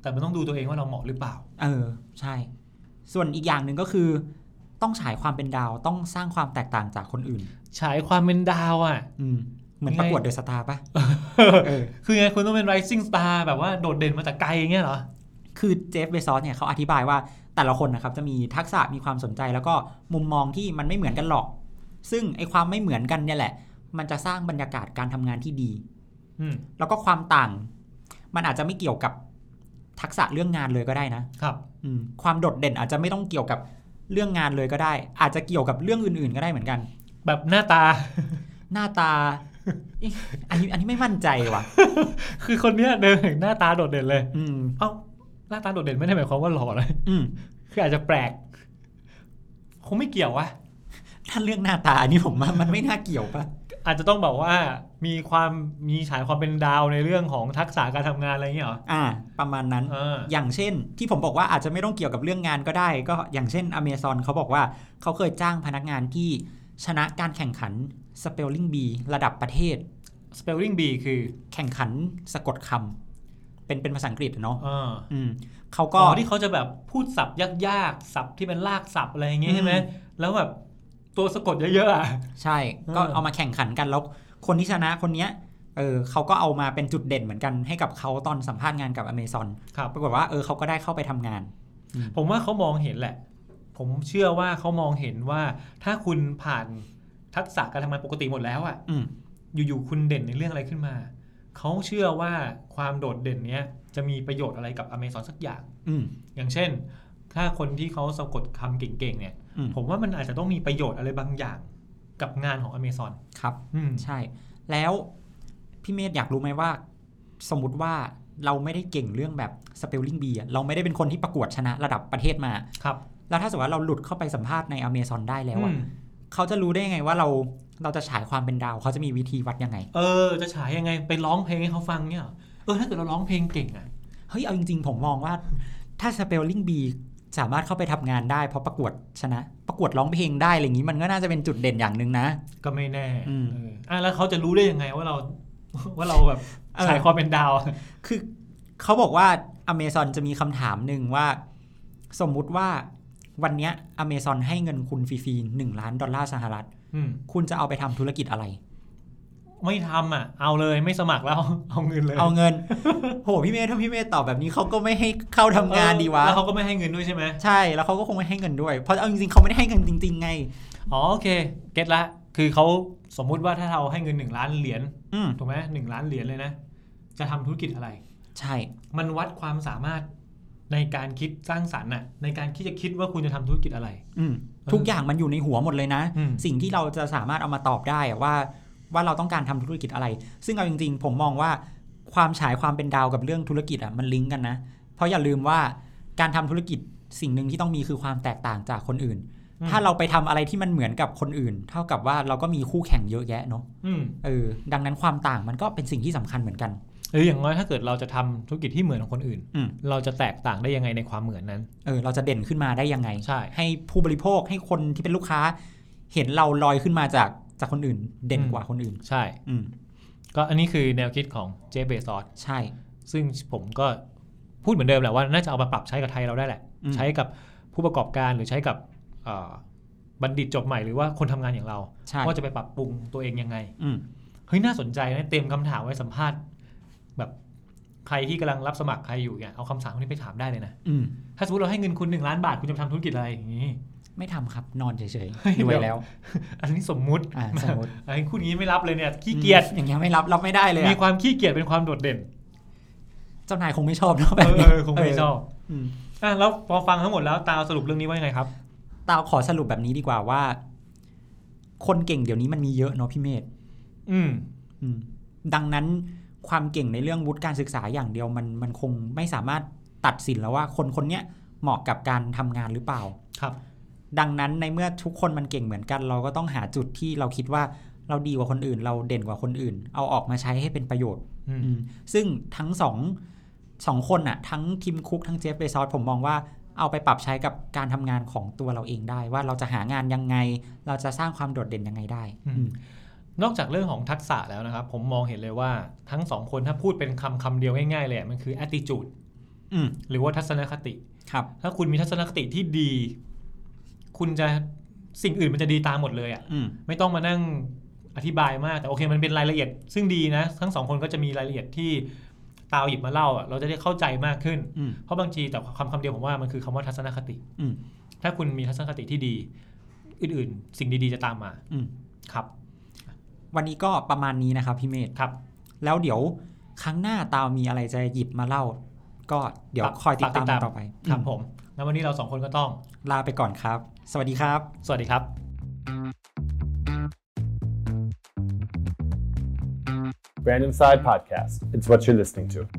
Speaker 3: แต่มันต้องดูตัวเองว่าเราเหมาะหรือเปล่า
Speaker 2: เออใช่ ส่วนอีกอย่างหนึ่งก็คือ ต้องฉายความเป็นดาวต้องสร้างความแตกต่างจากคนอื่น
Speaker 3: ฉายความเป็นดาวอ่ะ
Speaker 2: อืมเหมือนประกวดเดอะสตาร์ปะเออ
Speaker 3: คือไงคุณต้องเป็น rising star แบบว่าโดดเด่นมาแต่ไกลอย่างเงี้ยเหรอ
Speaker 2: คือเจฟเบซอสเนี่ยเขาอธิบายว่าแต่ละคนนะครับจะมีทักษะมีความสนใจแล้วก็มุมมองที่มันไม่เหมือนกันหรอก ซึ่งไอความไม่เหมือนกันเนี่ยแหละ มันจะสร้างบรรยากาศการทำงานที่ดี
Speaker 3: อืม
Speaker 2: แล้วก็ความต่าง มันอาจจะไม่เกี่ยวกับทักษะเรื่องงานเลยก็ได้นะครับ อืมความโดดเด่นอาจจะไม่ต้องเกี่ยวกับเรื่องงานเลยก็ได้ อาจจะเกี่ยวกับเรื่องอื่นๆ ก็ได้เหมือนกัน
Speaker 3: แบบหน้าตา
Speaker 2: หน้าตา เอ๊ะอันนี้อันนี้ไม่มั่นใจว่ะ
Speaker 3: คือคนเนี้ยเดินถึงหน้าตาโดดเด่นเลย
Speaker 2: อืม
Speaker 3: เอ้า หน้าตาโดดเด่นไม่ได้หมายความว่าหล่อนะ
Speaker 2: อืม
Speaker 3: คืออาจจะแปลก คงไม่เกี่ยววะ
Speaker 2: ถ้าเรื่องหน้าตาอันนี้ผมว่ามันไม่น่าเกี่ยวปะ
Speaker 3: อาจจะต้องแบบว่ามีความมีฉายความเป็นดาวในเรื่องของทักษะการทำงานอะไรเงี้ยเหรอ
Speaker 2: อ่า ประมาณนั้น
Speaker 3: เออ
Speaker 2: อย่างเช่นที่ผมบอกว่าอาจจะไม่ต้องเกี่ยวกับเรื่องงานก็ได้ ก็อย่างเช่นอเมซอนเขาบอกว่าเขาเคยจ้างพนักงานที่ชนะการแข่งขัน Spelling Bee ระดับประเทศ
Speaker 3: สเปลลิ่งบีคือ
Speaker 2: แข่งขันสะกดคำเป็นเป็นภาษาอังกฤษอะเนาะ
Speaker 3: เออ
Speaker 2: อืมเขา
Speaker 3: ก็
Speaker 2: ก็
Speaker 3: ที่เขาจะแบบพูดศัพท์ยากๆศัพท์ที่เป็นลากศัพท์อะไรอย่างเงี้ยใช่ไหม
Speaker 2: อืม
Speaker 3: แล้วแบบตัวสะกดเยอะๆอะ
Speaker 2: ใช่ก็
Speaker 3: เออ
Speaker 2: เอามาแข่งขันกันแล้วคนที่ชนะคนเนี้ยเออเขาก็เอามาเป็นจุดเด่นเหมือนกันให้กับเขาตอนสัมภาษณ์งานกับอเมซอน
Speaker 3: ครับ
Speaker 2: ปรากฏว่าเออเขาก็ได้เข้าไปทำงาน
Speaker 3: ผมว่าเขามองเห็นแหละ ผมเชื่อว่าเขามองเห็นว่าถ้าคุณผ่านทักษะการทำงานปกติหมดแล้วอะ
Speaker 2: อืม
Speaker 3: อยู่ๆคุณเด่นในเรื่องอะไรขึ้นมา เขาเชื่อว่าความโดดเด่นเนี้ยจะมีประโยชน์อะไรกับอเมซอนสักอย่าง
Speaker 2: อืม
Speaker 3: อย่างเช่น ถ้าคนที่เขาสะกดคำเก่งๆเนี่ย
Speaker 2: อืม
Speaker 3: ผมว่ามันอาจจะต้องมีประโยชน์อะไรบางอย่างกับงานของอเมซอน
Speaker 2: ครับ
Speaker 3: อืม
Speaker 2: ใช่ แล้วพี่เมธอยากรู้ไหมว่า สมมติว่าเราไม่ได้เก่งเรื่องแบบสเปลลิ่งบีเราไม่ได้เป็นคนที่ประกวดชนะระดับประเทศมา
Speaker 3: ครับ
Speaker 2: แล้วถ้าสมมติว่าเราหลุดเข้าไปสัมภาษณ์ในอเมซอนได้แล้ว
Speaker 3: อื
Speaker 2: อะ
Speaker 3: ม
Speaker 2: เขาจะรู้ได้ยังไงว่าเราเราจะฉายความเป็นดาว เขาจะมีวิธีวัดยังไง
Speaker 3: เออ จะฉายยังไงไปร้องเพลงให้เขาฟังเนี่ยเหรอเออถ้าเกิดเราร้องเพลงเก่งอะ
Speaker 2: เฮ้ย เอาจริง ๆ ผมมองว่า ถ้าสเปลลิ่งบีสามารถเข้าไปทำงานได้ เพราะประกวดชนะ ประกวดร้องเพลงได้อะไรอย่างนี้มันก็น่าจะเป็นจุดเด่นอย่างหนึ่งนะ
Speaker 3: ก็ไม่แน่
Speaker 2: อืม
Speaker 3: เอออ่ะแล้วเขาจะรู้ได้ยังไงว่าเรา ว่าเราแบบ
Speaker 2: เออ
Speaker 3: ฉายความเป็นดาวอะ
Speaker 2: คือเขาบอกว่าอเมซอนจะมีคำถามหนึ่งว่า สมมุติว่าวันเนี้ยอเมซอนให้เงินคุณฟรีๆหนึ่งล้านดอลลาร์สหรัฐ
Speaker 3: อืม
Speaker 2: คุณจะเอาไปทำธุรกิจ อะไร
Speaker 3: ไม่ทำอ่ะ เอาเลยไม่สมัครแล้ว เอาเงินเลย
Speaker 2: เอาเงิน โหพี่เมย์ถ้าพี่เมย์ตอบแบบนี้เขาก็ไม่ให้เข้าทำงานดีวะ
Speaker 3: แล้วเขาก็ไม่ให้เงินด้วยใช่ไหม
Speaker 2: ใช่แล้วเขาก็คงไม่ให้เงินด้วย เพราะเอาจริงๆเขาไม่ได้ให้เงินจริง ๆ ไง
Speaker 3: อ๋อโอเค เก็ตละ คือเขาสมมุติว่าถ้าเราให้เงินหนึ่งล้านเหรียญ
Speaker 2: อืม
Speaker 3: ถูกไหมหนึ่งล้านเหรียญเลยนะ จะทำธุรกิจอะไร
Speaker 2: ใช่
Speaker 3: มันวัดความสามารถในการคิดสร้างสรรค์น่ะในการคิดจะคิดว่าคุณจะทำธุรกิจอะไร
Speaker 2: อืมทุกอย่างมันอยู่ในหัวหมดเลยนะ
Speaker 3: อืม
Speaker 2: สิ่งที่เราจะสามารถเอามาตอบได้อะว่า ว่าเราต้องการทำธุรกิจอะไร ซึ่งเอาจริงๆ ผมมองว่าความฉายความเป็นดาวกับเรื่องธุรกิจอ่ะมันลิงก์กันนะ เพราะอย่าลืมว่าการทำธุรกิจสิ่งหนึ่งที่ต้องมีคือความแตกต่างจากคนอื่น
Speaker 3: อืม
Speaker 2: ถ้าเราไปทำอะไรที่มันเหมือนกับคนอื่น เท่ากับว่าเราก็มีคู่แข่งเยอะแยะเนาะ
Speaker 3: อืม
Speaker 2: เออดังนั้นความต่างมันก็เป็นสิ่งที่สำคัญเหมือนกัน
Speaker 3: หรืออย่างน้อยถ้าเกิดเราจะทำธุรกิจที่เหมือนของคนอื่น
Speaker 2: อืม
Speaker 3: เราจะแตกต่างได้ยังไงในความเหมือนนั้น
Speaker 2: เออเราจะเด่นขึ้นมาได้ยังไง
Speaker 3: ใช่
Speaker 2: ให้ผู้บริโภคให้คนที่เป็นลูกค้า เห็นเราลอยขึ้นมาจากจากคนอื่น เด่นกว่าคนอื่น
Speaker 3: ใช่
Speaker 2: อืม
Speaker 3: ก็อันนี้คือแนวคิดของเจฟเบซอส
Speaker 2: ใช่
Speaker 3: ซึ่งผมก็พูดเหมือนเดิมแหละว่าน่าจะเอามาปรับใช้กับไทยเราได้แหละ
Speaker 2: อืม
Speaker 3: ใช้กับผู้ประกอบการหรือใช้กับเอ่อบัณฑิตจบใหม่หรือว่าคนทำงานอย่างเรา
Speaker 2: ใช่
Speaker 3: ว่าจะไปปรับปรุงตัวเองยังไง
Speaker 2: อืม
Speaker 3: เฮ้ยน่าสนใจนะเตรียมคำถามไว้สัมภาษณ์ แบบใครที่กำลังรับสมัครใครอยู่เนี่ยเอาคำถามพวกนี้ไปถามได้เลยนะ
Speaker 2: อืม
Speaker 3: ถ้าสมมติเราให้เงินคุณหนึ่งล้านบาทคุณจะไปทำธุรกิจอะไรอย่างนี้
Speaker 2: ไม่ทำครับนอนเฉย
Speaker 3: เฮ้ย
Speaker 2: ๆรวย
Speaker 3: เดี๋ยว
Speaker 2: แล้ว
Speaker 3: อันนี้สมมุติ
Speaker 2: อ่าสมมติ
Speaker 3: ไอ้คุณอย่างนี้ไม่รับเลยเนี่ยขี้เกียจ
Speaker 2: อืมอย่างเงี้ยไม่รับรับไม่ได้เลยอะ
Speaker 3: มีความขี้เกียจเป็นความโดดเด่น
Speaker 2: เจ้านายคงไม่ชอบเนาะแบ
Speaker 3: เอบ อ
Speaker 2: นี้
Speaker 3: เออคงไม่ชอบ
Speaker 2: อืม
Speaker 3: อ่ะแล้วพอฟังทั้งหมดแล้วตาสรุปเรื่องนี้ว่ายังไงครับ
Speaker 2: ตาวขอสรุปแบบนี้ดีกว่าว่า คนเก่งเดี๋ยวนี้มันมีเยอะเนาะพี่เมธ
Speaker 3: อืม
Speaker 2: อืม ดังนั้นความเก่งในเรื่องวุฒิการศึกษาอย่างเดียวมันมันคงไม่สามารถตัดสินแล้วว่าคนคนเนี้ยเหมาะกับการทำงานหรือเปล่า
Speaker 3: ครับ
Speaker 2: ดังนั้นในเมื่อทุกคนมันเก่งเหมือนกัน เราก็ต้องหาจุดที่เราคิดว่าเราดีกว่าคนอื่น เราเด่นกว่าคนอื่น เอาออกมาใช้ให้เป็นประโยชน์
Speaker 3: อืม
Speaker 2: อืมซึ่งทั้งสองสองคนอะทั้งทิมคุกทั้งเจฟเบซอสผมมองว่า เอาไปปรับใช้กับการทำงานของตัวเราเองได้ ว่าเราจะหางานยังไง เราจะสร้างความโดดเด่นยังไงได้
Speaker 3: อืม
Speaker 2: อืม
Speaker 3: นอกจากเรื่องของทักษะแล้วนะครับ ผมมองเห็นเลยว่าทั้งสองคนถ้าพูดเป็นคำคำเดียวง่ายๆเลยอะมันคือ attitude
Speaker 2: อืม
Speaker 3: หรือว่าทัศนคติ
Speaker 2: ครับ
Speaker 3: ถ้าคุณมีทัศนคติที่ดี คุณจะสิ่งอื่นมันจะดีตามหมดเลยอะ่ะ
Speaker 2: อืม
Speaker 3: ไม่ต้องมานั่งอธิบายมาก แต่โอเคมันเป็นรายละเอียด ซึ่งดีนะ ทั้งสองคนก็จะมีรายละเอียดที่ตาวหยิบมาเล่าอะเราจะได้เข้าใจมากขึ้น
Speaker 2: อืม
Speaker 3: เพราะบางทีแต่คำคำเดียวผมว่ามันคือคำว่าทัศนคติ
Speaker 2: อืม
Speaker 3: ถ้าคุณมีทัศนคติที่ดี อื่นๆ สิ่งดีๆจะตามมา
Speaker 2: อืม
Speaker 3: ครับ
Speaker 2: วันนี้ก็ประมาณนี้นะครับพี่เมธ
Speaker 3: ครับ
Speaker 2: แล้วเดี๋ยวครั้งหน้าตาวมีอะไรจะหยิบมาเล่า ก็เดี๋ยวคอยติดตามกันต่อไป
Speaker 3: ครับ
Speaker 2: อื
Speaker 3: ผมงั้นวันนี้เราสองคนก็ต้อง
Speaker 2: มลาไปก่อนครับ สวัสดีครับ
Speaker 3: สวัสดีครับ
Speaker 1: Random Side Podcast. It's what you're listening to.